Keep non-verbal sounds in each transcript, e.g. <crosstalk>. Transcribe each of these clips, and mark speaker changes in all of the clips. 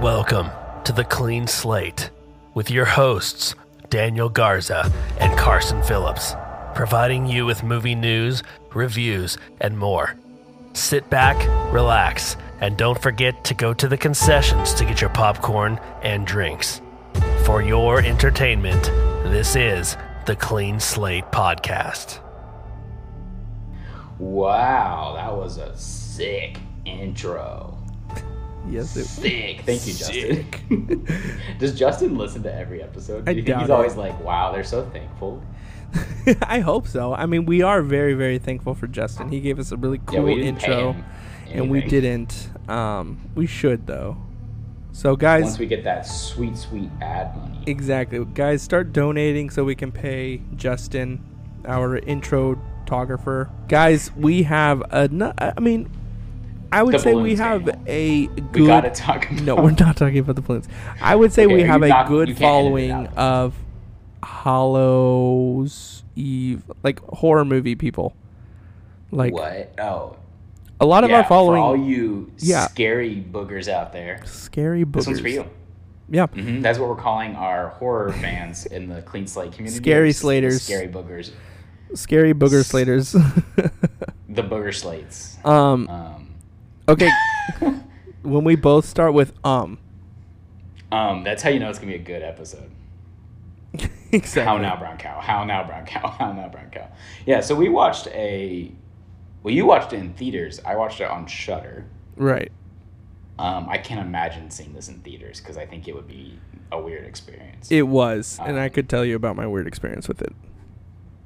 Speaker 1: Welcome to The Clean Slate with your hosts, Daniel Garza and Carson Phillips, providing you with movie news, reviews, and more. Sit back, relax, and don't forget to go to the concessions to get your popcorn and drinks. For your entertainment, this is The Clean Slate Podcast.
Speaker 2: Wow, that was a sick intro.
Speaker 3: Yes, it
Speaker 2: Sick. Thank you, Justin. <laughs> Does Justin listen to every episode? Do
Speaker 3: I
Speaker 2: you think he's
Speaker 3: doubt it.
Speaker 2: always like, wow, they're so thankful?
Speaker 3: <laughs> I hope so. I mean, we are very, very thankful for Justin. He gave us a really cool
Speaker 2: yeah, we didn't
Speaker 3: intro,
Speaker 2: pay him
Speaker 3: and we
Speaker 2: anything.
Speaker 3: didn't. Um, we should though. So, guys,
Speaker 2: Once we get that sweet, sweet ad money.
Speaker 3: exactly, guys, start donating so we can pay Justin, our intro photographer. Guys, we have a. no- I mean, I would
Speaker 2: The
Speaker 3: say we
Speaker 2: balloons,
Speaker 3: have
Speaker 2: Daniel.
Speaker 3: a good.
Speaker 2: we gotta talk about
Speaker 3: <laughs>
Speaker 2: <laughs>
Speaker 3: No, we're not talking about the balloons. I would say
Speaker 2: Okay,
Speaker 3: we
Speaker 2: you
Speaker 3: have a
Speaker 2: knock- you
Speaker 3: good
Speaker 2: can't edit it
Speaker 3: following
Speaker 2: out.
Speaker 3: of Hollows Eve, like horror movie people.
Speaker 2: <laughs>
Speaker 3: Like
Speaker 2: what? Oh.
Speaker 3: a lot of
Speaker 2: yeah,
Speaker 3: our following,
Speaker 2: For all you
Speaker 3: Yeah.
Speaker 2: scary boogers out there,
Speaker 3: scary boogers.
Speaker 2: this one's for you.
Speaker 3: Yeah,
Speaker 2: Mhm, That's what we're calling our
Speaker 3: <laughs>
Speaker 2: horror fans in the Clean Slate community.
Speaker 3: Scary
Speaker 2: It's the
Speaker 3: Slaters.
Speaker 2: Scary boogers.
Speaker 3: scary booger slaters. <laughs>
Speaker 2: The booger slates.
Speaker 3: um,
Speaker 2: Um, <laughs>
Speaker 3: okay. when we both start with um,
Speaker 2: um, that's how you know it's gonna be a good episode.
Speaker 3: exactly.
Speaker 2: How now, brown cow? How now, brown cow? <laughs> How now, brown cow? Yeah. So we watched a. Well, you watched it in theaters. I watched it on Shutter.
Speaker 3: Right.
Speaker 2: Um, I can't imagine seeing this in theaters because I think it would be a weird experience.
Speaker 3: It was, and I
Speaker 2: Um,
Speaker 3: could tell you about my weird experience with it.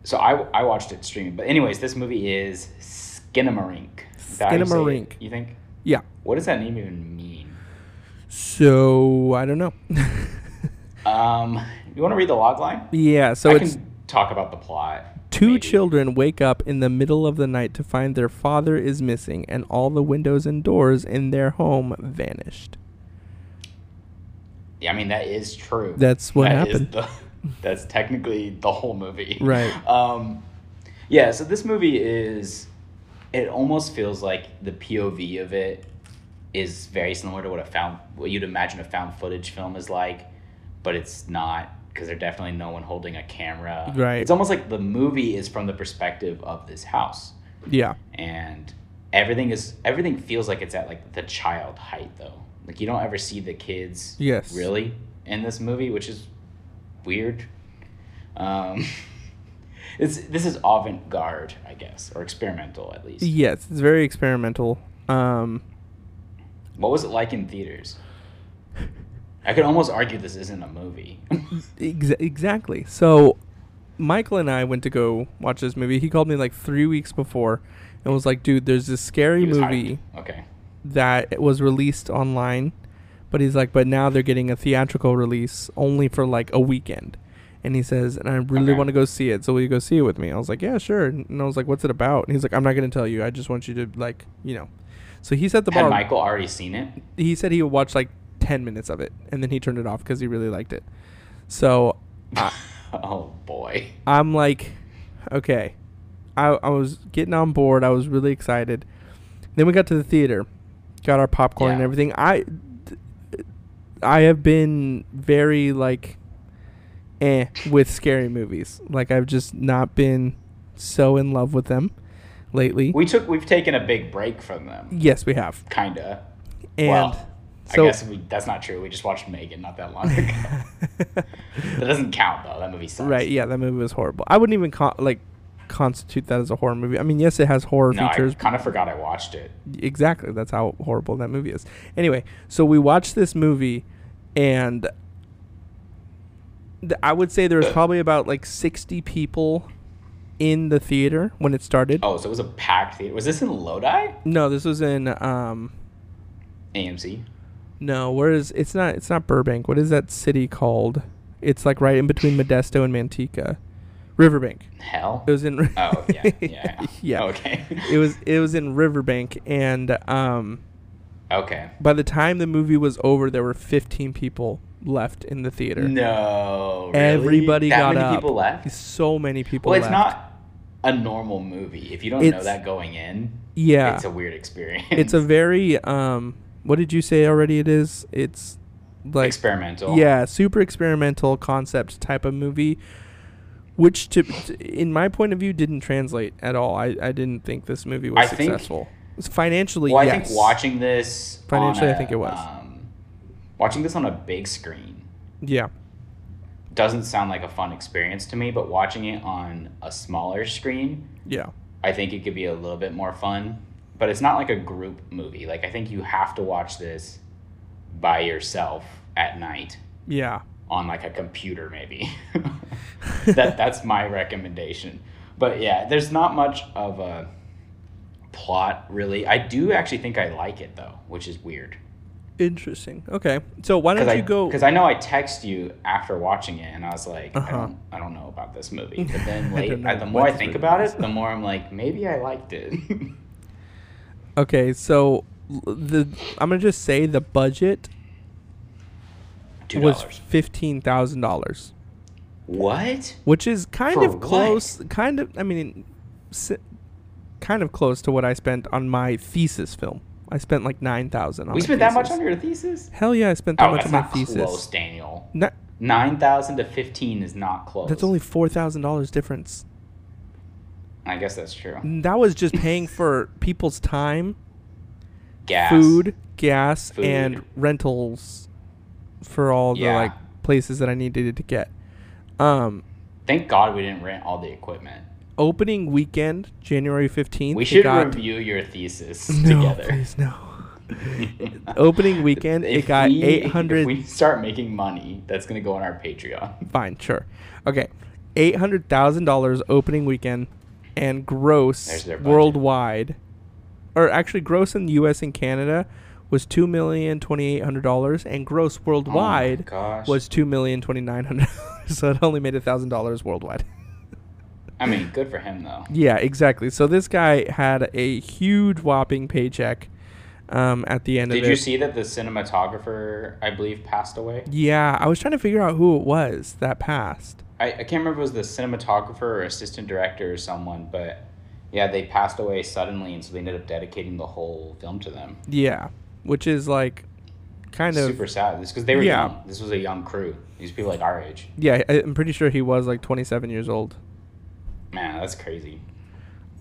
Speaker 2: so I, I watched it streaming. But anyways, this movie is Skinamarink. Is that how you say it?
Speaker 3: Skinamarink.
Speaker 2: You think?
Speaker 3: Yeah.
Speaker 2: What does that name even mean?
Speaker 3: So I don't know. <laughs>
Speaker 2: Um, you want to read the log line?
Speaker 3: yeah. So
Speaker 2: I
Speaker 3: it's
Speaker 2: can talk about the plot.
Speaker 3: Two
Speaker 2: maybe.
Speaker 3: children wake up in the middle of the night to find their father is missing and all the windows and doors in their home vanished.
Speaker 2: Yeah, I mean that is true.
Speaker 3: That's what
Speaker 2: That is
Speaker 3: happened.
Speaker 2: the, <laughs> that's technically the whole movie.
Speaker 3: Right.
Speaker 2: <laughs> Um, yeah. So this movie is. It almost feels like the POV of it is very similar to what a found what you'd imagine a found footage film is like, but it's not because there's definitely no one holding a camera.
Speaker 3: Right.
Speaker 2: It's almost like the movie is from the perspective of this house,
Speaker 3: Yeah.
Speaker 2: and everything is everything feels like it's at like the child height though. Like you don't ever see the kids
Speaker 3: Yes.
Speaker 2: really in this movie, which is weird. Um, <laughs> it's this is avant garde, I guess, or experimental at least.
Speaker 3: Yes, it's very experimental. Um
Speaker 2: What was it like in theaters? I could almost argue this isn't a movie. <laughs>
Speaker 3: ex- exactly. So Michael and I went to go watch this movie. He called me like 3 weeks before and was like, "Dude, there's this scary
Speaker 2: It was
Speaker 3: movie."
Speaker 2: hyped. Okay.
Speaker 3: that was released online, but he's like, but now they're getting a theatrical release only for like a weekend. And he says, and I really
Speaker 2: Okay.
Speaker 3: want to go see it. So will you go see it with me? I was like, yeah, sure. And I was like, what's it about? And he's like, I'm not going to tell you. I just want you to like, you know. So he set the
Speaker 2: Had
Speaker 3: bar.
Speaker 2: Michael already seen it?
Speaker 3: He said he would watch like 10 minutes of it, and then he turned it off because he really liked it. So I,
Speaker 2: <laughs> Oh boy.
Speaker 3: I'm like, okay. I, I was getting on board. I was really excited. Then we got to the theater, got our popcorn and
Speaker 2: Yeah.
Speaker 3: everything. I, I have been very like, eh, with scary movies. Like I've just not been so in love with them lately.
Speaker 2: We took we've taken a big break from them,
Speaker 3: yes, we have.
Speaker 2: kinda.
Speaker 3: And
Speaker 2: well,
Speaker 3: so
Speaker 2: I guess we, that's not true. We just watched Megan not that long
Speaker 3: <laughs>
Speaker 2: ago. that doesn't count though. That movie sucks.
Speaker 3: <laughs> right, yeah, that movie was horrible. I wouldn't even con- like constitute that as a horror movie. I mean, yes, it has horror
Speaker 2: No,
Speaker 3: features,
Speaker 2: I kind of forgot I watched it.
Speaker 3: exactly that's how horrible that movie is anyway so we watched this movie and th- i would say
Speaker 2: <coughs>
Speaker 3: there was probably about like 60 people in the theater when it started
Speaker 2: Oh, so it was a packed theater. Was this in Lodi?
Speaker 3: no this was in um
Speaker 2: AMC.
Speaker 3: no where is it's not it's not burbank what is that city called it's like right in between modesto and manteca riverbank
Speaker 2: Hell.
Speaker 3: it was in
Speaker 2: Oh
Speaker 3: <laughs>
Speaker 2: yeah, yeah.
Speaker 3: yeah
Speaker 2: Okay.
Speaker 3: it was it was in riverbank and um
Speaker 2: okay.
Speaker 3: by the time the movie was over, there were 15 people left in the theater.
Speaker 2: No. really?
Speaker 3: Everybody
Speaker 2: that
Speaker 3: got
Speaker 2: many
Speaker 3: up.
Speaker 2: People left.
Speaker 3: So many people.
Speaker 2: Well, it's
Speaker 3: left.
Speaker 2: not a normal movie. If you don't know
Speaker 3: It's-
Speaker 2: that going in,
Speaker 3: Yeah,
Speaker 2: it's a weird experience.
Speaker 3: it's a very um. What did you say already? It is. It's
Speaker 2: <laughs>
Speaker 3: like
Speaker 2: experimental.
Speaker 3: yeah, super experimental concept type of movie, which to t- in my point of view didn't translate at all. I, I didn't think this movie was
Speaker 2: I think-
Speaker 3: successful. It's financially,
Speaker 2: Well, I
Speaker 3: yes.
Speaker 2: think watching this on
Speaker 3: Financially, I
Speaker 2: a,
Speaker 3: think it was.
Speaker 2: um, watching this on a big screen
Speaker 3: yeah,
Speaker 2: doesn't sound like a fun experience to me, but watching it on a smaller screen,
Speaker 3: yeah,
Speaker 2: I think it could be a little bit more fun. But it's not like a group movie. Like I think you have to watch this by yourself at night
Speaker 3: yeah.
Speaker 2: on like a computer maybe. <laughs> that that's my recommendation. But yeah, there's not much of a plot really. I do actually think I like it though, which is weird.
Speaker 3: Interesting. Okay, so why don't
Speaker 2: Because I,
Speaker 3: you go?
Speaker 2: because I know I text you after watching it, and I was like, I
Speaker 3: Uh-huh.
Speaker 2: don't, I don't know about this
Speaker 3: <laughs>
Speaker 2: movie. But then
Speaker 3: I
Speaker 2: late,
Speaker 3: don't know
Speaker 2: I- the
Speaker 3: what
Speaker 2: more I
Speaker 3: this
Speaker 2: think
Speaker 3: movie
Speaker 2: about
Speaker 3: is.
Speaker 2: it, the more I'm like, maybe I liked it. <laughs>
Speaker 3: Okay, so l- the I'm gonna just say the budget
Speaker 2: Two
Speaker 3: was
Speaker 2: dollars.
Speaker 3: fifteen thousand dollars,
Speaker 2: What?
Speaker 3: which is kind
Speaker 2: For
Speaker 3: of
Speaker 2: what?
Speaker 3: close. Kind of, I mean, si- kind of close to what I spent on my thesis film. I spent like nine thousand.
Speaker 2: We spent that much on your thesis?
Speaker 3: Hell yeah, I spent that
Speaker 2: Oh,
Speaker 3: much
Speaker 2: that's
Speaker 3: on my
Speaker 2: not
Speaker 3: thesis.
Speaker 2: close, Daniel.
Speaker 3: Na-
Speaker 2: Nine thousand to fifteen is not close.
Speaker 3: that's only four thousand dollars difference.
Speaker 2: I guess that's true.
Speaker 3: That was just paying for people's time,
Speaker 2: Gas.
Speaker 3: food, gas,
Speaker 2: Food.
Speaker 3: and rentals for all
Speaker 2: Yeah.
Speaker 3: the like places that I needed to get. Um,
Speaker 2: Thank God we didn't rent all the equipment.
Speaker 3: opening weekend, January fifteenth.
Speaker 2: We should review your thesis together.
Speaker 3: Please, <laughs> no.
Speaker 2: <laughs>
Speaker 3: opening weekend, it
Speaker 2: If
Speaker 3: got
Speaker 2: we-
Speaker 3: eight hundred.
Speaker 2: If we start making money, that's gonna go on our Patreon.
Speaker 3: Fine, sure. Okay, eight hundred thousand dollars opening weekend, and
Speaker 2: There's
Speaker 3: gross
Speaker 2: their budget.
Speaker 3: worldwide, or actually gross in the U.S. and Canada was two million twenty eight hundred dollars, and gross worldwide
Speaker 2: gosh.
Speaker 3: was two million twenty nine hundred. <laughs> so it only made a thousand dollars worldwide.
Speaker 2: I mean, good for him though.
Speaker 3: Yeah, exactly. So this guy had a huge whopping paycheck um, at the end of
Speaker 2: Did
Speaker 3: it.
Speaker 2: you see that the cinematographer, I believe, passed away?
Speaker 3: yeah, I was trying to figure out who it was that passed.
Speaker 2: I, I can't remember if it was the cinematographer or assistant director or someone, but yeah, they passed away suddenly, and so they ended up dedicating the whole film to them.
Speaker 3: Yeah, which is like kind of
Speaker 2: Super sad. This because they were
Speaker 3: Yeah.
Speaker 2: young. This was a young crew. These people like our age.
Speaker 3: yeah. I- I'm pretty sure he was like 27 years old.
Speaker 2: Man, that's crazy.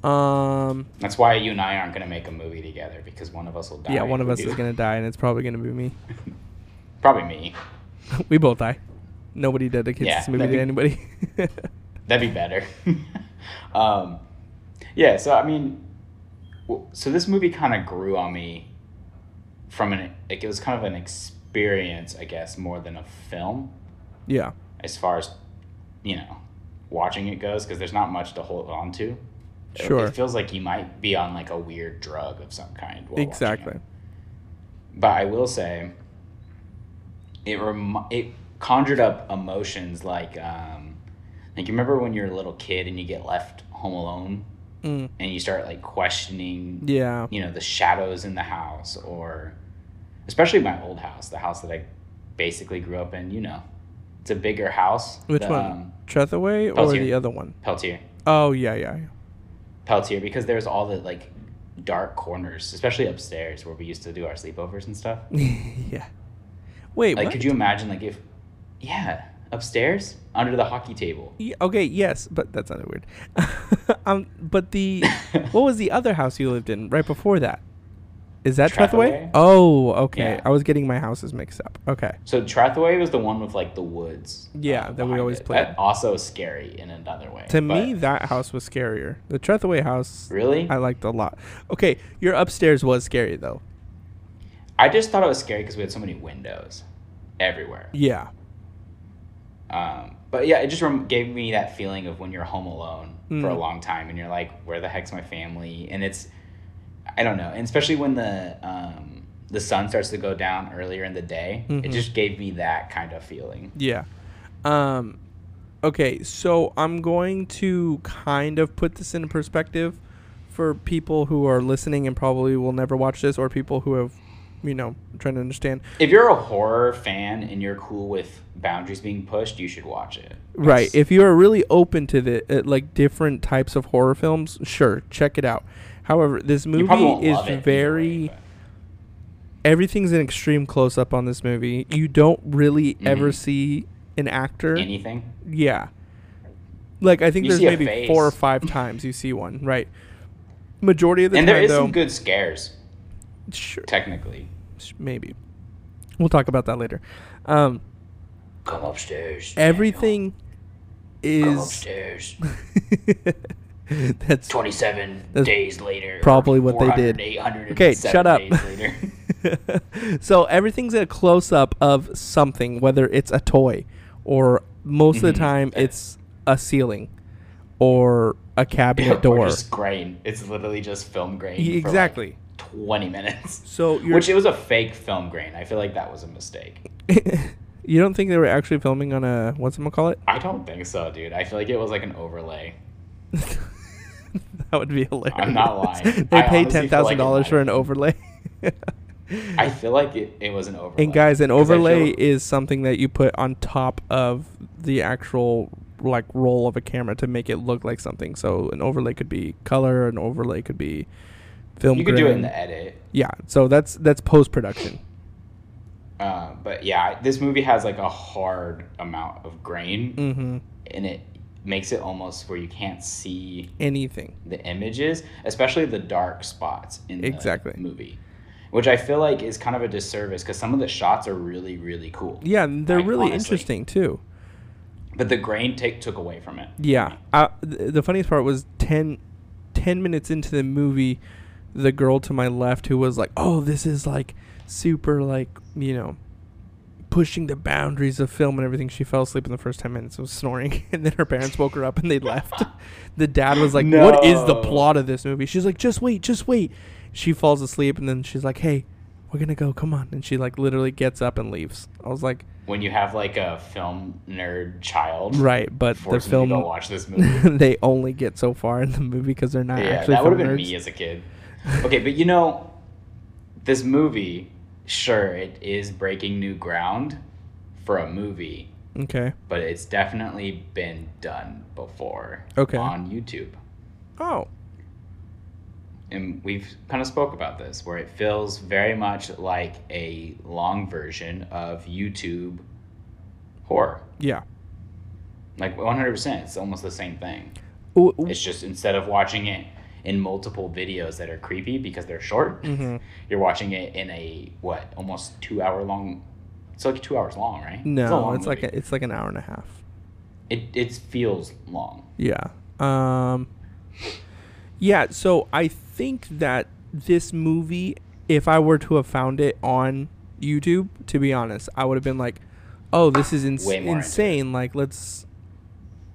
Speaker 3: Um,
Speaker 2: That's why you and I aren't gonna make a movie together because one of us will die.
Speaker 3: yeah, one
Speaker 2: if
Speaker 3: of
Speaker 2: we
Speaker 3: us
Speaker 2: do.
Speaker 3: is gonna die, and it's probably gonna be me. <laughs>
Speaker 2: probably me.
Speaker 3: we both die. Nobody dedicates
Speaker 2: Yeah,
Speaker 3: this movie
Speaker 2: that'd
Speaker 3: to
Speaker 2: be-
Speaker 3: anybody. <laughs>
Speaker 2: That'd be better. <laughs> um, yeah, so I mean, w- so this movie kind of grew on me from an, like, it was kind of an experience, I guess, more than a film
Speaker 3: yeah,
Speaker 2: as far as, you know, watching it goes, because there's not much to hold on to. It-
Speaker 3: Sure.
Speaker 2: It, feels like you might be on like a weird drug of some kind. While watching it.
Speaker 3: exactly.
Speaker 2: But I will say, it rem- it conjured up emotions like um, like you remember when you're a little kid and you get left home alone
Speaker 3: Mm,
Speaker 2: and you start like questioning
Speaker 3: yeah,
Speaker 2: you know the shadows in the house or especially my old house the house that I basically grew up in you know it's a bigger house
Speaker 3: which
Speaker 2: the,
Speaker 3: one,
Speaker 2: um,
Speaker 3: Trethaway or
Speaker 2: Peltier.
Speaker 3: the other one?
Speaker 2: Peltier
Speaker 3: Oh yeah, yeah, yeah.
Speaker 2: Peltier because there's all the like dark corners especially upstairs where we used to do our sleepovers and stuff
Speaker 3: <laughs> yeah. Wait,
Speaker 2: Like,
Speaker 3: what?
Speaker 2: could you imagine, like, if, yeah, upstairs under the hockey table?
Speaker 3: Y- Okay, yes, but that's not weird. <laughs> um,
Speaker 2: <laughs>
Speaker 3: but the what was the other house you lived in right before that? Is that Trethaway?
Speaker 2: Trethaway.
Speaker 3: Oh, okay.
Speaker 2: Yeah.
Speaker 3: I was getting my houses mixed up. Okay.
Speaker 2: So Trethaway was the one with like the woods. um,
Speaker 3: Yeah, that we
Speaker 2: behind
Speaker 3: always
Speaker 2: it.
Speaker 3: played.
Speaker 2: That also is scary in another way.
Speaker 3: To
Speaker 2: but-
Speaker 3: me, that house was scarier. The Trethaway house,
Speaker 2: really,
Speaker 3: I
Speaker 2: I,
Speaker 3: liked a lot. Okay, your upstairs was scary though.
Speaker 2: just thought it was scary because we had so many windows everywhere.
Speaker 3: Yeah.
Speaker 2: Um, but yeah, it just rem- gave me that feeling of when you're home alone for a
Speaker 3: Mm.
Speaker 2: long time and you're like, where the heck's my family? And it's, I don't know, and especially when the um, the sun starts to go down earlier in the day, it
Speaker 3: Mhm.
Speaker 2: just gave me that kind of feeling.
Speaker 3: Yeah. Um okay, so I'm going to kind of put this in perspective for people who are listening and probably will never watch this or people who have you know, trying to understand.
Speaker 2: If you're a horror fan and you're cool with boundaries being pushed, you should watch it.
Speaker 3: Right. If you are really open to the uh, like different types of horror films, sure, check it out. However, this
Speaker 2: You probably
Speaker 3: movie
Speaker 2: won't
Speaker 3: is
Speaker 2: love it either
Speaker 3: very
Speaker 2: way, but
Speaker 3: everything's an extreme close up on this movie. You don't really ever
Speaker 2: Mhm.
Speaker 3: see an actor.
Speaker 2: Anything?
Speaker 3: Yeah. Like I think
Speaker 2: You
Speaker 3: there's
Speaker 2: see a
Speaker 3: maybe
Speaker 2: face.
Speaker 3: four or five times you see one, right? Majority of the
Speaker 2: and
Speaker 3: time
Speaker 2: there is
Speaker 3: though,
Speaker 2: some good scares,
Speaker 3: sure,
Speaker 2: technically.
Speaker 3: sh- maybe. We'll talk about that later. Um,
Speaker 2: Come upstairs. Daniel.
Speaker 3: everything
Speaker 2: Come
Speaker 3: is
Speaker 2: upstairs.
Speaker 3: <laughs> that's
Speaker 2: 27
Speaker 3: <laughs> That's
Speaker 2: days later. or
Speaker 3: probably what they did.
Speaker 2: 400, 807
Speaker 3: Okay, shut up.
Speaker 2: days
Speaker 3: <laughs>
Speaker 2: later.
Speaker 3: so everything's a close up of something, whether it's a toy or most of the
Speaker 2: Mm-hmm.
Speaker 3: time it's a ceiling or a cabinet
Speaker 2: Or
Speaker 3: door.
Speaker 2: just grain. It's literally just film grain.
Speaker 3: Y-
Speaker 2: for, like,
Speaker 3: exactly.
Speaker 2: 20 minutes. <laughs>
Speaker 3: So <laughs> you're,
Speaker 2: Which it was a fake film grain. I feel like that was a mistake.
Speaker 3: you don't think they were actually filming on a what's it call it?
Speaker 2: I don't think so, dude. I feel like it was like an overlay.
Speaker 3: <laughs> That would be hilarious.
Speaker 2: I'm
Speaker 3: <laughs>
Speaker 2: not lying.
Speaker 3: they
Speaker 2: I
Speaker 3: pay
Speaker 2: honestly
Speaker 3: ten
Speaker 2: feel like
Speaker 3: thousand
Speaker 2: it
Speaker 3: dollars
Speaker 2: might
Speaker 3: for
Speaker 2: have
Speaker 3: an overlay.
Speaker 2: I feel like it, it was an overlay.
Speaker 3: and guys, an
Speaker 2: 'Cause I feel-
Speaker 3: overlay is something that you put on top of the actual like roll of a camera to make it look like something. So an overlay could be color, an overlay could be film.
Speaker 2: you could do it in
Speaker 3: grain.
Speaker 2: the edit.
Speaker 3: Yeah, so that's that's post production.
Speaker 2: Uh, but yeah, this movie has like a hard amount of grain,
Speaker 3: Mm-hmm.
Speaker 2: and it makes it almost where you can't see
Speaker 3: Anything.
Speaker 2: the images, especially the dark spots in the
Speaker 3: Exactly.
Speaker 2: movie, which I feel like is kind of a disservice because some of the shots are really really cool.
Speaker 3: Yeah, and they're
Speaker 2: Like,
Speaker 3: really
Speaker 2: honestly.
Speaker 3: interesting too.
Speaker 2: But the grain take took away from it.
Speaker 3: Yeah. I, th- the funniest part was 10, 10 minutes into the movie, the girl to my left who was like, "Oh, this is like super like you know." Pushing the boundaries of film and everything, she fell asleep in the first ten minutes and was snoring, <laughs> and then her parents woke her up and
Speaker 2: <laughs>
Speaker 3: they left. the dad was like, "What is the
Speaker 2: No.
Speaker 3: plot of this movie?" She's like, "Just wait, just wait." She falls asleep and then she's like, "Hey, we're gonna go, come on!" And she like literally gets up and leaves. I was like,
Speaker 2: When you have like a film nerd child,
Speaker 3: "Right," but the
Speaker 2: forcing you to
Speaker 3: film
Speaker 2: watch this movie.
Speaker 3: <laughs> they only get so far in the movie because they're not
Speaker 2: Yeah,
Speaker 3: actually
Speaker 2: that would have
Speaker 3: film
Speaker 2: been
Speaker 3: nerds.
Speaker 2: me as a kid. Okay, but you know, this movie, sure, it is breaking new ground for a movie,
Speaker 3: Okay.
Speaker 2: but it's definitely been done before
Speaker 3: Okay.
Speaker 2: on YouTube.
Speaker 3: Oh,
Speaker 2: And we've kind of spoke about this, where it feels very much like a long version of YouTube horror.
Speaker 3: yeah.
Speaker 2: Like 100%, it's almost the same thing.
Speaker 3: W- w-
Speaker 2: It's just instead of watching it in multiple videos that are creepy because they're short,
Speaker 3: Mm-hmm.
Speaker 2: you're watching it in a what almost two hour long. It's like two hours long, right? a
Speaker 3: No,
Speaker 2: long
Speaker 3: it's like
Speaker 2: movie.
Speaker 3: a, it's like an hour and a half.
Speaker 2: it it feels long.
Speaker 3: Yeah. Um Yeah, so I think that this movie if I were to have found it on YouTube, to be honest, I would have been like, "Oh, this is ins-
Speaker 2: Way more into it.
Speaker 3: insane. Like let's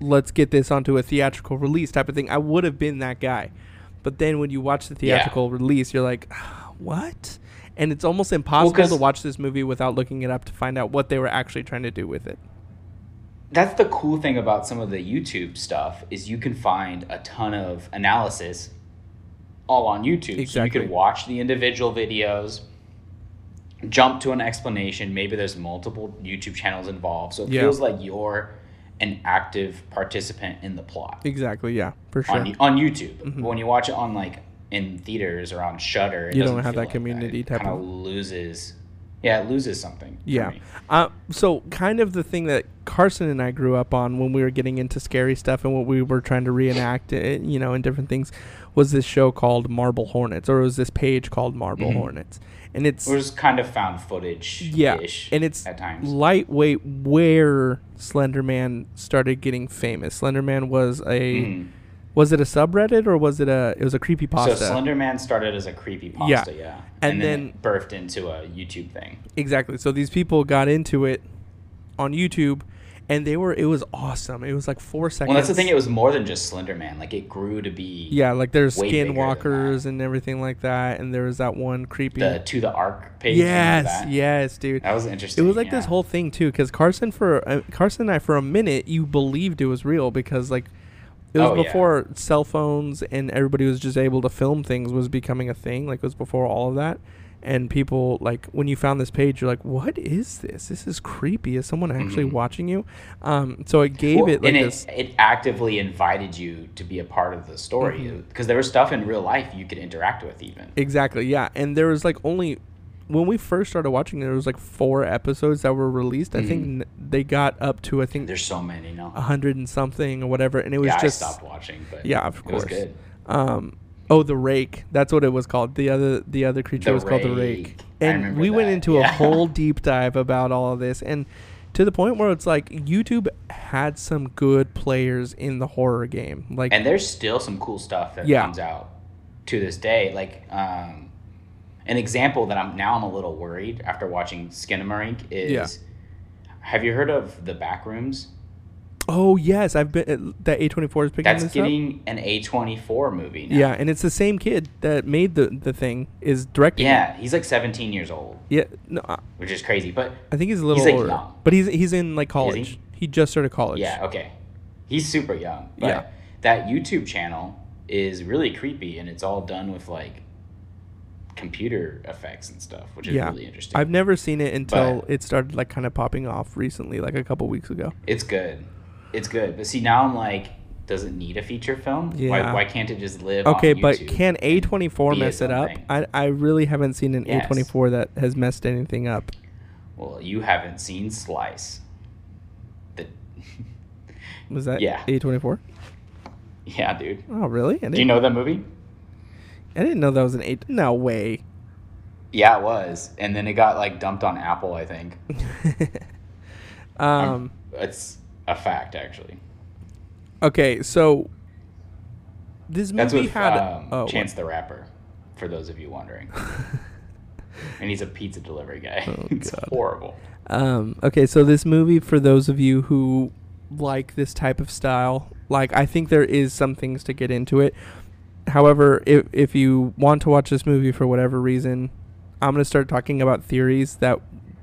Speaker 3: let's get this onto a theatrical release type of thing." I would have been that guy. But then when you watch the
Speaker 2: Yeah.
Speaker 3: theatrical release, you're like, "Ah, "What?" And it's almost impossible
Speaker 2: 'cause-
Speaker 3: to watch this movie without looking it up to find out what they were actually trying to do with it.
Speaker 2: That's the cool thing about some of the YouTube stuff is you can find a ton of analysis all on YouTube. So you
Speaker 3: Exactly.
Speaker 2: could watch the individual videos, jump to an explanation. Maybe there's multiple YouTube channels involved. So it
Speaker 3: Yeah.
Speaker 2: feels like you're an active participant in the plot.
Speaker 3: Exactly, yeah, for sure.
Speaker 2: on on YouTube. But when you watch it on like in theaters or on Shutter,
Speaker 3: You don't have that community type
Speaker 2: Kind
Speaker 3: of-
Speaker 2: of loses, yeah, it loses something. for
Speaker 3: Yeah.
Speaker 2: me.
Speaker 3: Uh, so kind of the thing that Carson and I grew up on when we were getting into scary stuff and what we were trying to reenact, it, you know, and different things, was this show called Marble Hornets, or it was this page called Marble
Speaker 2: Mm-hmm.
Speaker 3: Hornets, and it's
Speaker 2: it was kind of found footage.
Speaker 3: yeah,
Speaker 2: ish
Speaker 3: and it's
Speaker 2: at times.
Speaker 3: lightweight where Slenderman started getting famous. Slenderman was a
Speaker 2: Mhm.
Speaker 3: was it a subreddit or was it a it was a creepy
Speaker 2: So
Speaker 3: pasta?
Speaker 2: Slender Man started as a creepy pasta, yeah,
Speaker 3: And
Speaker 2: it birthed into a YouTube thing.
Speaker 3: Exactly. So these people got into it on YouTube, and they were it was awesome. It was like four seconds.
Speaker 2: Well, that's the thing. It was more than just Slender Man. Like it grew to be
Speaker 3: yeah, like there's
Speaker 2: way bigger than
Speaker 3: skinwalkers and everything like that, and there was that one creepy.
Speaker 2: the to the arc page.
Speaker 3: yes,
Speaker 2: and all that.
Speaker 3: yes, dude.
Speaker 2: That was
Speaker 3: It
Speaker 2: interesting.
Speaker 3: was like this
Speaker 2: yeah.
Speaker 3: whole thing too, because Carson for uh, Carson and I for a minute you believed it was real because like it was
Speaker 2: Oh, yeah.
Speaker 3: before cell phones and everybody was just able to film things was becoming a thing. Like it was before all of that, and people like when you found this page, you're like, "What is this? This is creepy. Is someone actually watching you?" Um, so it gave
Speaker 2: Mm-hmm. Well,
Speaker 3: it like
Speaker 2: and
Speaker 3: this.
Speaker 2: It, it actively invited you to be a part of the
Speaker 3: Mm-hmm.
Speaker 2: story because there was stuff in real life you could interact with even.
Speaker 3: Exactly, yeah. And there was like only when we first started watching, there was like four episodes that were released. I think
Speaker 2: Mm-hmm.
Speaker 3: n- they got up to I think
Speaker 2: There's so many
Speaker 3: a
Speaker 2: now.
Speaker 3: hundred and something or whatever, and it Uh, was
Speaker 2: Yeah,
Speaker 3: just
Speaker 2: I stopped watching, but
Speaker 3: yeah, of
Speaker 2: it was
Speaker 3: course.
Speaker 2: good.
Speaker 3: Um, oh, the rake. That's what it was called. The other the other creature
Speaker 2: The
Speaker 3: was called the rake.
Speaker 2: Rake. I
Speaker 3: And
Speaker 2: remember
Speaker 3: we went
Speaker 2: that,
Speaker 3: into a
Speaker 2: yeah. <laughs>
Speaker 3: whole deep dive about all of this, and to the point where it's like YouTube had some good players in the horror game. Like
Speaker 2: And there's still some cool stuff that
Speaker 3: Yeah.
Speaker 2: comes out to this day. Like um, an example that I'm now I'm a little worried after watching Skinamarink is. Have you heard of the Backrooms?
Speaker 3: oh yes, I've been that A twenty four is picking
Speaker 2: That's
Speaker 3: this up.
Speaker 2: getting an A24 movie now.
Speaker 3: Yeah, and it's the same kid that made the the thing is directing. it.
Speaker 2: Yeah, he's like 17 years old,
Speaker 3: Yeah. No, I-
Speaker 2: which is crazy. But
Speaker 3: I think he's a little
Speaker 2: like,
Speaker 3: older,
Speaker 2: young.
Speaker 3: but he's he's in
Speaker 2: Is
Speaker 3: like
Speaker 2: he?
Speaker 3: college. He? just started college.
Speaker 2: yeah, okay. He's super young. But
Speaker 3: Yeah.
Speaker 2: that YouTube channel is really creepy and it's all done with like computer effects and stuff, which is
Speaker 3: Yeah.
Speaker 2: really interesting.
Speaker 3: I've never seen it until it started like kind of popping off recently, like a couple weeks ago.
Speaker 2: It's good. It's good. But see, now I'm like, does it need a feature film?
Speaker 3: Yeah.
Speaker 2: Why, why can't it just live
Speaker 3: Okay,
Speaker 2: on
Speaker 3: but
Speaker 2: YouTube?
Speaker 3: can A twenty four
Speaker 2: be
Speaker 3: mess
Speaker 2: its
Speaker 3: it
Speaker 2: own
Speaker 3: up?
Speaker 2: thing.
Speaker 3: I I really haven't seen an A
Speaker 2: Yes.
Speaker 3: twenty four that has messed anything up.
Speaker 2: Well, you haven't seen Slice. The, <laughs>
Speaker 3: Was that
Speaker 2: Yeah.
Speaker 3: A twenty four?
Speaker 2: yeah, dude.
Speaker 3: Oh really? I didn't,
Speaker 2: Do you know that movie?
Speaker 3: I didn't know that was an A. No way.
Speaker 2: Yeah, it was. And then it got like dumped on Apple, I
Speaker 3: <laughs>
Speaker 2: think.
Speaker 3: um.
Speaker 2: It's a fact, actually.
Speaker 3: Okay, so this
Speaker 2: That's
Speaker 3: movie
Speaker 2: with
Speaker 3: had
Speaker 2: um,
Speaker 3: oh,
Speaker 2: Chance the Rapper, for those of you
Speaker 3: <laughs>
Speaker 2: wondering. and he's a pizza delivery guy. <laughs> it's
Speaker 3: Oh, God.
Speaker 2: horrible.
Speaker 3: Um, okay, so this movie, for those of you who like this type of style, like I think there is some things to get into it. However, if if you want to watch this movie for whatever reason, I'm gonna start talking about theories that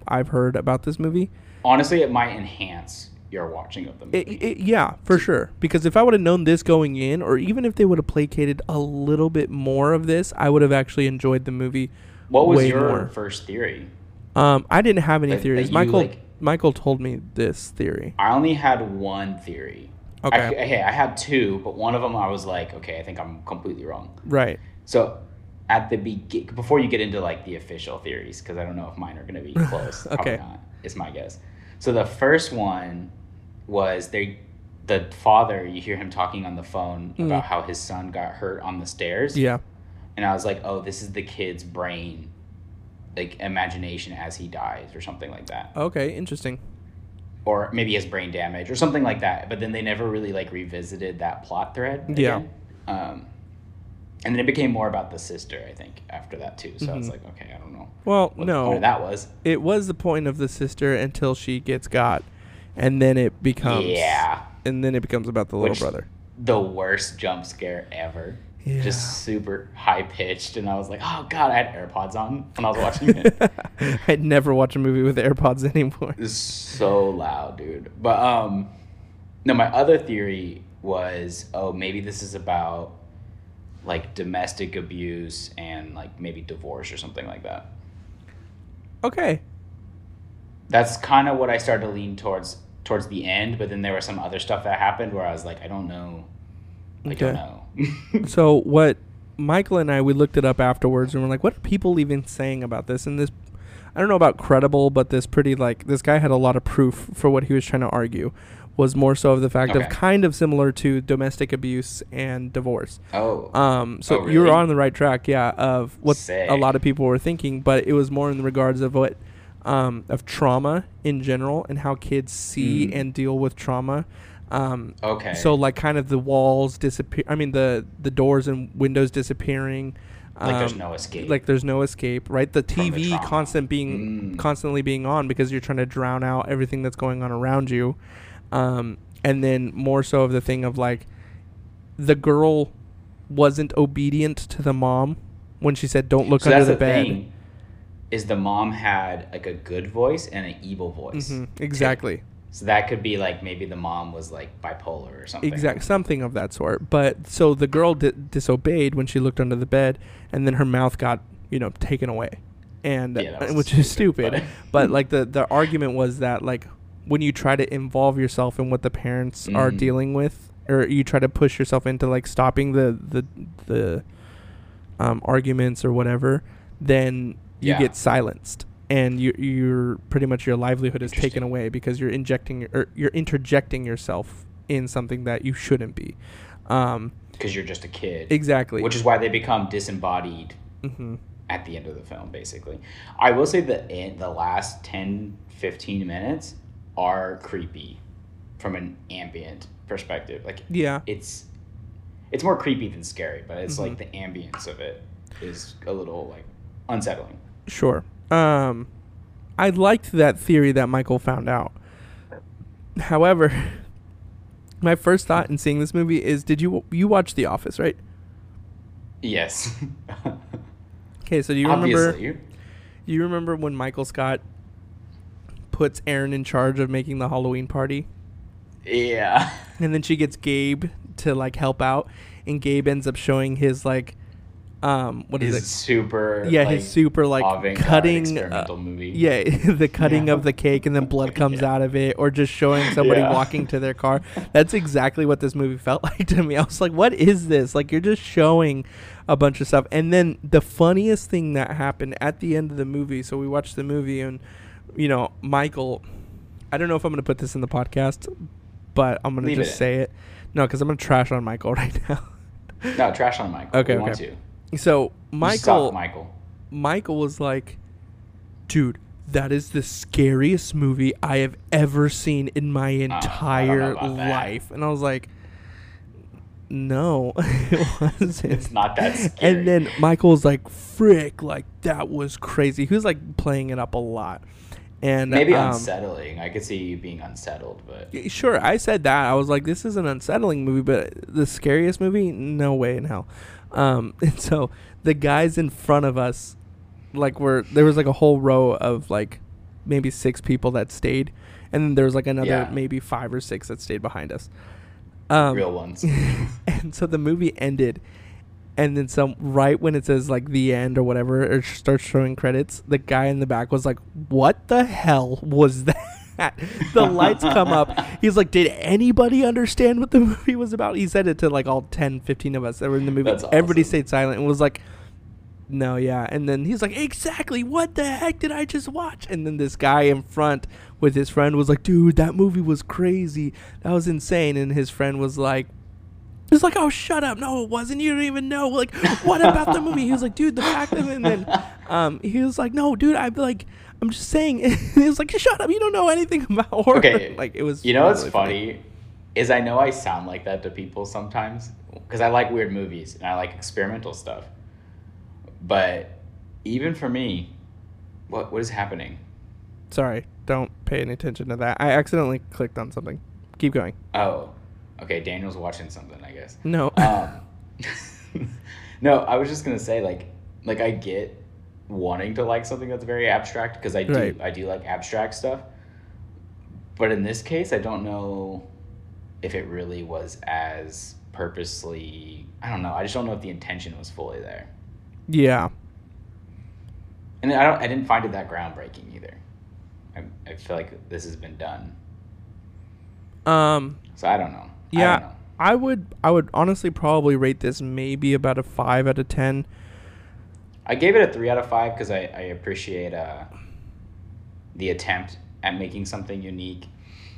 Speaker 3: I've heard about this movie.
Speaker 2: Honestly, it might enhance your watching of the movie.
Speaker 3: It, it, yeah, for sure. Because if I would have known this going in, or even if they would have placated a little bit more of this, I would have actually enjoyed the movie.
Speaker 2: what was
Speaker 3: way
Speaker 2: your
Speaker 3: more.
Speaker 2: first theory?
Speaker 3: Um, I didn't have any
Speaker 2: That- that
Speaker 3: theories.
Speaker 2: you,
Speaker 3: Michael
Speaker 2: like-
Speaker 3: Michael told me this theory.
Speaker 2: I only had one theory. I,
Speaker 3: Okay.
Speaker 2: hey, I had two, but one of them I was like, okay, I think I'm completely wrong.
Speaker 3: Right.
Speaker 2: So at the begin, before you get into like the official theories, because I don't know if mine are going to
Speaker 3: <laughs>
Speaker 2: be close. Probably
Speaker 3: Okay.
Speaker 2: not. It's my guess. So the first one was they, the father. You hear him talking on the phone about how his son got hurt on the stairs.
Speaker 3: Mm. Yeah.
Speaker 2: And I was like, oh, this is the kid's brain, like imagination as he dies or something like that,
Speaker 3: Okay, interesting.
Speaker 2: or maybe he has brain damage or something like that. But then they never really like revisited that plot thread.
Speaker 3: Yeah.
Speaker 2: again. Um, and then it became more about the sister, I think, after that too. So I was like, okay, I don't know.
Speaker 3: Well,
Speaker 2: what the point
Speaker 3: Mm-hmm. no,
Speaker 2: of that was.
Speaker 3: it was the point of the sister until she gets got, and then it becomes
Speaker 2: Yeah.
Speaker 3: and then it becomes about the little
Speaker 2: Which-
Speaker 3: brother. <laughs>
Speaker 2: The worst jump scare ever.
Speaker 3: Yeah.
Speaker 2: Just super high pitched, and I was like, "Oh God!" I had AirPods on when I was watching
Speaker 3: <laughs>
Speaker 2: it. it
Speaker 3: I'd never watch a movie with AirPods <laughs> anymore.
Speaker 2: was so loud, dude. But um, no, my other theory was, oh, maybe this is about like domestic abuse and like maybe divorce or something like that.
Speaker 3: Okay,
Speaker 2: That's kind of what I started to lean towards towards the end, but then there was some other stuff that happened where I was like, I don't know, I don't know.
Speaker 3: <laughs> so what? Michael and I we looked it up afterwards, and we're like, what are people even saying about this? And this, I don't know about credible, but this pretty like this guy had a lot of proof for what he was trying to argue. Was more so of the fact of
Speaker 2: Okay.
Speaker 3: kind of similar to domestic abuse and divorce.
Speaker 2: oh,
Speaker 3: Um, so
Speaker 2: Oh,
Speaker 3: you're
Speaker 2: really?
Speaker 3: on the right track, yeah, of what
Speaker 2: Sick.
Speaker 3: a lot of people were thinking, but it was more in regards of what um, of trauma in general and how kids see and deal with trauma. Um,
Speaker 2: Mm. okay.
Speaker 3: So like kind of the walls disappear. I mean the the doors and windows disappearing. Um,
Speaker 2: Like there's no escape.
Speaker 3: Like there's no escape, right? The
Speaker 2: From the
Speaker 3: TV
Speaker 2: trauma.
Speaker 3: constant being
Speaker 2: Mm.
Speaker 3: constantly being on because you're trying to drown out everything that's going on around you, um, and then more so of the thing of like the girl wasn't obedient to the mom when she said don't look
Speaker 2: so
Speaker 3: under
Speaker 2: that's
Speaker 3: the,
Speaker 2: the,
Speaker 3: bed.
Speaker 2: thing is the mom had like a good voice and an evil voice
Speaker 3: Mhm, Exactly.
Speaker 2: so that could be like maybe the mom was like bipolar or something
Speaker 3: Exact something of that sort. But so the girl di- disobeyed when she looked under the bed, and then her mouth got you know taken away, and
Speaker 2: Yeah, that was
Speaker 3: which is
Speaker 2: stupid,
Speaker 3: stupid.
Speaker 2: but-
Speaker 3: <laughs> but like the the argument was that like when you try to involve yourself in what the parents are
Speaker 2: Mm.
Speaker 3: dealing with, or you try to push yourself into like stopping the the the um, arguments or whatever, then you
Speaker 2: Yeah.
Speaker 3: get silenced and you you're pretty much your livelihood is taken
Speaker 2: Interesting.
Speaker 3: away because you're injecting or you're interjecting yourself in something that you shouldn't be. Um,
Speaker 2: because you're just a kid.
Speaker 3: exactly.
Speaker 2: Which is why they become disembodied
Speaker 3: Mhm.
Speaker 2: at the end of the film, basically. I will say the end, the last 10, 15 minutes are creepy from an ambient perspective. Like
Speaker 3: yeah.
Speaker 2: it's it's more creepy than scary, but it's like the
Speaker 3: Mm-hmm.
Speaker 2: ambience of it is a little like unsettling.
Speaker 3: Sure. Um, I liked that theory that Michael found out. However, <laughs> my first thought in seeing this movie is: Did you you watch The Office, right?
Speaker 2: Yes. <laughs>
Speaker 3: Okay, so do you remember?
Speaker 2: Obviously.
Speaker 3: You remember when Michael Scott puts Aaron in charge of making the Halloween party,
Speaker 2: Yeah.
Speaker 3: and then she gets Gabe to like help out, and Gabe ends up showing his like, um, what is
Speaker 2: His super
Speaker 3: it? Yeah,
Speaker 2: like,
Speaker 3: his super like
Speaker 2: avant-garde
Speaker 3: cutting uh,
Speaker 2: experimental movie.
Speaker 3: Yeah, <laughs> the cutting
Speaker 2: Yeah.
Speaker 3: of the cake and
Speaker 2: <laughs>
Speaker 3: then blood comes
Speaker 2: Yeah.
Speaker 3: out of it, or just showing somebody
Speaker 2: Yeah.
Speaker 3: walking to their car. That's exactly what this movie felt <laughs> like to me. I was like, what is this? Like, you're just showing a bunch of stuff. And then the funniest thing that happened at the end of the movie so we watched the movie, and, you know, Michael, I don't know if I'm going to put this in the podcast, but I'm going to
Speaker 2: Leave
Speaker 3: just
Speaker 2: it in.
Speaker 3: say it. No, because I'm going to trash on Michael <laughs> right now.
Speaker 2: No, trash on Michael.
Speaker 3: Okay,
Speaker 2: We want
Speaker 3: okay.
Speaker 2: to.
Speaker 3: So,
Speaker 2: You suck,
Speaker 3: Michael.
Speaker 2: Michael.
Speaker 3: Michael was like, dude, that is the scariest movie I have ever seen in my
Speaker 2: know
Speaker 3: entire
Speaker 2: about that.
Speaker 3: life. And I was like, no, <laughs> it wasn't.
Speaker 2: It's not that scary.
Speaker 3: <laughs> And then Michael was like, frick, like, that was crazy. He was like playing it up a lot. And
Speaker 2: Maybe
Speaker 3: um,
Speaker 2: unsettling. I could see you being unsettled, but
Speaker 3: Y- Sure, I said that. I was like, this is an unsettling movie, but the scariest movie? No way in hell. Um, <laughs> and so the guys in front of us, like, were there was like a whole row of like maybe six people that stayed, and then there was like another
Speaker 2: Yeah.
Speaker 3: maybe five or six that stayed behind us. Um,
Speaker 2: real
Speaker 3: <laughs>
Speaker 2: ones.
Speaker 3: and so the movie ended and then some right when it says like the end or whatever or sh- starts showing credits the guy in the back was like what the hell was <laughs> that the lights come up he's like did anybody understand what the <laughs> movie was about he said it to like all 10 15 of us that were in the movie
Speaker 2: That's
Speaker 3: everybody
Speaker 2: awesome.
Speaker 3: stayed silent and was like no yeah and then he's like exactly what the heck did i just watch and then this guy in front with his friend was like dude that movie was crazy that was insane and his friend was like He's like, oh, shut up. No, it wasn't. You don't even know. Like, what about the movie? He was like, dude, the fact that, and then um, he was like, no, dude, I'm like, I'm just saying. <laughs> he was like, shut up. You don't know anything about horror.
Speaker 2: Okay,
Speaker 3: <laughs> Like, it was.
Speaker 2: You know what's
Speaker 3: really
Speaker 2: funny is I know I sound like that to people sometimes because I like weird movies and I like experimental stuff, but even for me, what what is happening?
Speaker 3: Sorry. Don't pay any attention to that. I accidentally clicked on something. Keep going.
Speaker 2: Oh, okay. Daniel's watching something, I guess.
Speaker 3: No.
Speaker 2: Um, <laughs> no, I was just gonna say like like I get wanting to like something that's very abstract because I do
Speaker 3: Right.
Speaker 2: I do like abstract stuff, but in this case I don't know if it really was as purposely. I don't know. I just don't know if the intention was fully there,
Speaker 3: <laughs> yeah.
Speaker 2: and I don't. I didn't find it that groundbreaking either. I, I feel like this has been done,
Speaker 3: Um.
Speaker 2: so I don't know. I don't
Speaker 3: Yeah,
Speaker 2: know.
Speaker 3: I, would. I would honestly probably rate this maybe about a five out of ten.
Speaker 2: I gave it a three out of five because I, I appreciate uh, the attempt at making something unique,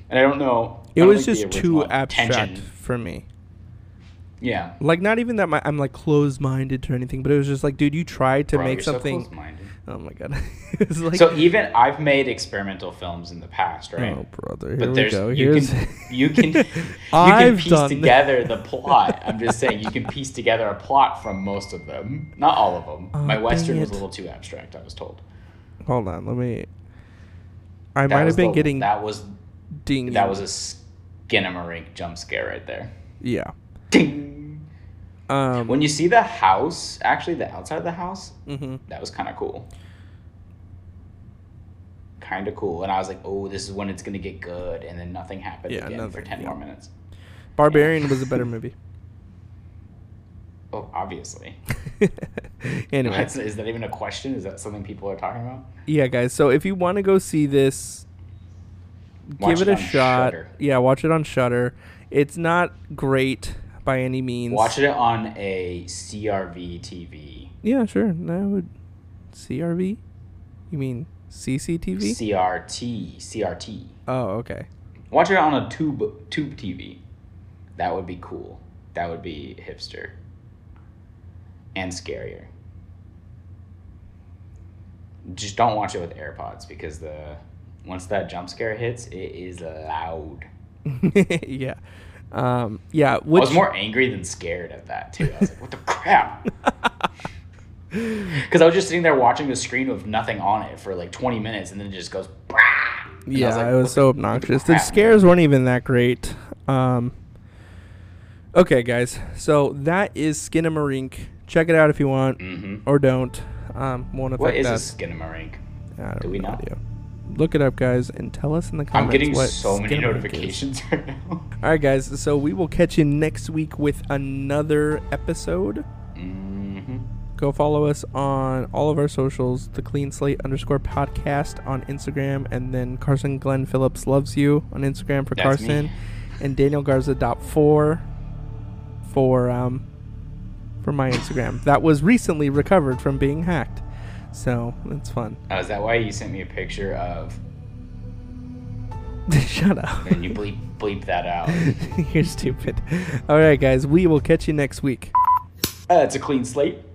Speaker 2: and I don't know. I
Speaker 3: It
Speaker 2: don't
Speaker 3: was
Speaker 2: think the
Speaker 3: just too
Speaker 2: original
Speaker 3: abstract
Speaker 2: tension-
Speaker 3: for me.
Speaker 2: Yeah,
Speaker 3: like not even that my, I'm like closed minded or anything, but it was just like, dude, you tried to
Speaker 2: Bro,
Speaker 3: make
Speaker 2: you're so
Speaker 3: something.
Speaker 2: close-minded.
Speaker 3: oh my god, <laughs> it's like
Speaker 2: so even I've made experimental films in the past, right?
Speaker 3: oh brother, here
Speaker 2: but
Speaker 3: we
Speaker 2: there's
Speaker 3: go.
Speaker 2: you
Speaker 3: Here's
Speaker 2: can <laughs> you can you can
Speaker 3: I've
Speaker 2: piece
Speaker 3: done
Speaker 2: together
Speaker 3: <laughs>
Speaker 2: the plot. I'm just saying you can piece together a plot from most of them, not all of them. My
Speaker 3: Uh, dang
Speaker 2: western was a
Speaker 3: it.
Speaker 2: little too abstract, I was told.
Speaker 3: <laughs> hold on, let me. I
Speaker 2: That
Speaker 3: might
Speaker 2: was
Speaker 3: have been
Speaker 2: the-
Speaker 3: getting
Speaker 2: that was
Speaker 3: dinged.
Speaker 2: that was a skinamarink jump scare right there.
Speaker 3: yeah.
Speaker 2: Ding. <laughs>
Speaker 3: Um,
Speaker 2: When you see the house, actually the outside of the house,
Speaker 3: mhm.
Speaker 2: that was kind of cool. Kind of cool. And I was like, oh, this is when it's going to get good. And then nothing happened
Speaker 3: Yeah,
Speaker 2: again for
Speaker 3: nothing,
Speaker 2: 10
Speaker 3: yeah.
Speaker 2: more minutes.
Speaker 3: Barbarian was a better movie. <laughs>
Speaker 2: Oh, obviously.
Speaker 3: anyway,
Speaker 2: That's, is that even a question? Is that something people are talking about?
Speaker 3: yeah, guys. So if you want to go see this,
Speaker 2: Watch
Speaker 3: give it,
Speaker 2: it
Speaker 3: a
Speaker 2: on
Speaker 3: shot.
Speaker 2: Shudder.
Speaker 3: Yeah, watch it on Shutter. It's not great by any means.
Speaker 2: Watch it on a CRV TV.
Speaker 3: Yeah, sure. I would. CRV. You mean CCTV?
Speaker 2: CRT, CRT.
Speaker 3: oh, okay. <laughs>
Speaker 2: Watch it on a tube tube TV. That would be cool. That would be hipster. And scarier. Just don't watch it with AirPods because the once that jump scare hits, it is loud.
Speaker 3: yeah. Um, yeah. Which,
Speaker 2: I was more angry than scared at that too. I was like, "What the crap?" <laughs> Because I was just sitting there watching the screen with nothing on it for like 20 minutes, and then it just goes. "Brah!" And
Speaker 3: yeah,
Speaker 2: I was like,
Speaker 3: it was
Speaker 2: "What
Speaker 3: so
Speaker 2: the
Speaker 3: obnoxious. The
Speaker 2: crap?"
Speaker 3: scares weren't even that great. Um, okay, guys. So that is Skinamarink. Check it out if you want or don't. Um, won't affect
Speaker 2: Mm-hmm. What is a
Speaker 3: us.
Speaker 2: skinamarink?
Speaker 3: I don't
Speaker 2: Do we
Speaker 3: have no
Speaker 2: know?
Speaker 3: idea. Look it up, guys, and tell us in the
Speaker 2: I'm
Speaker 3: comments.
Speaker 2: getting
Speaker 3: what
Speaker 2: so many
Speaker 3: Skinamarink is.
Speaker 2: notifications <laughs> right now.
Speaker 3: All right, guys. So we will catch you next week with another episode.
Speaker 2: hmm
Speaker 3: Go follow us on all of our socials: the Clean Slate underscore podcast on Instagram, and then Carson Glenn Phillips loves you on Instagram for
Speaker 2: That's me.
Speaker 3: Carson, and Daniel Garza dot four for um for my Instagram that was recently recovered from being hacked. So that's fun. <laughs>
Speaker 2: Oh, is that why you sent me a picture of?
Speaker 3: Shut up.
Speaker 2: And you bleep bleep that out.
Speaker 3: <laughs> You're stupid. All right, guys. We will catch you next week.
Speaker 2: Uh, it's a clean slate.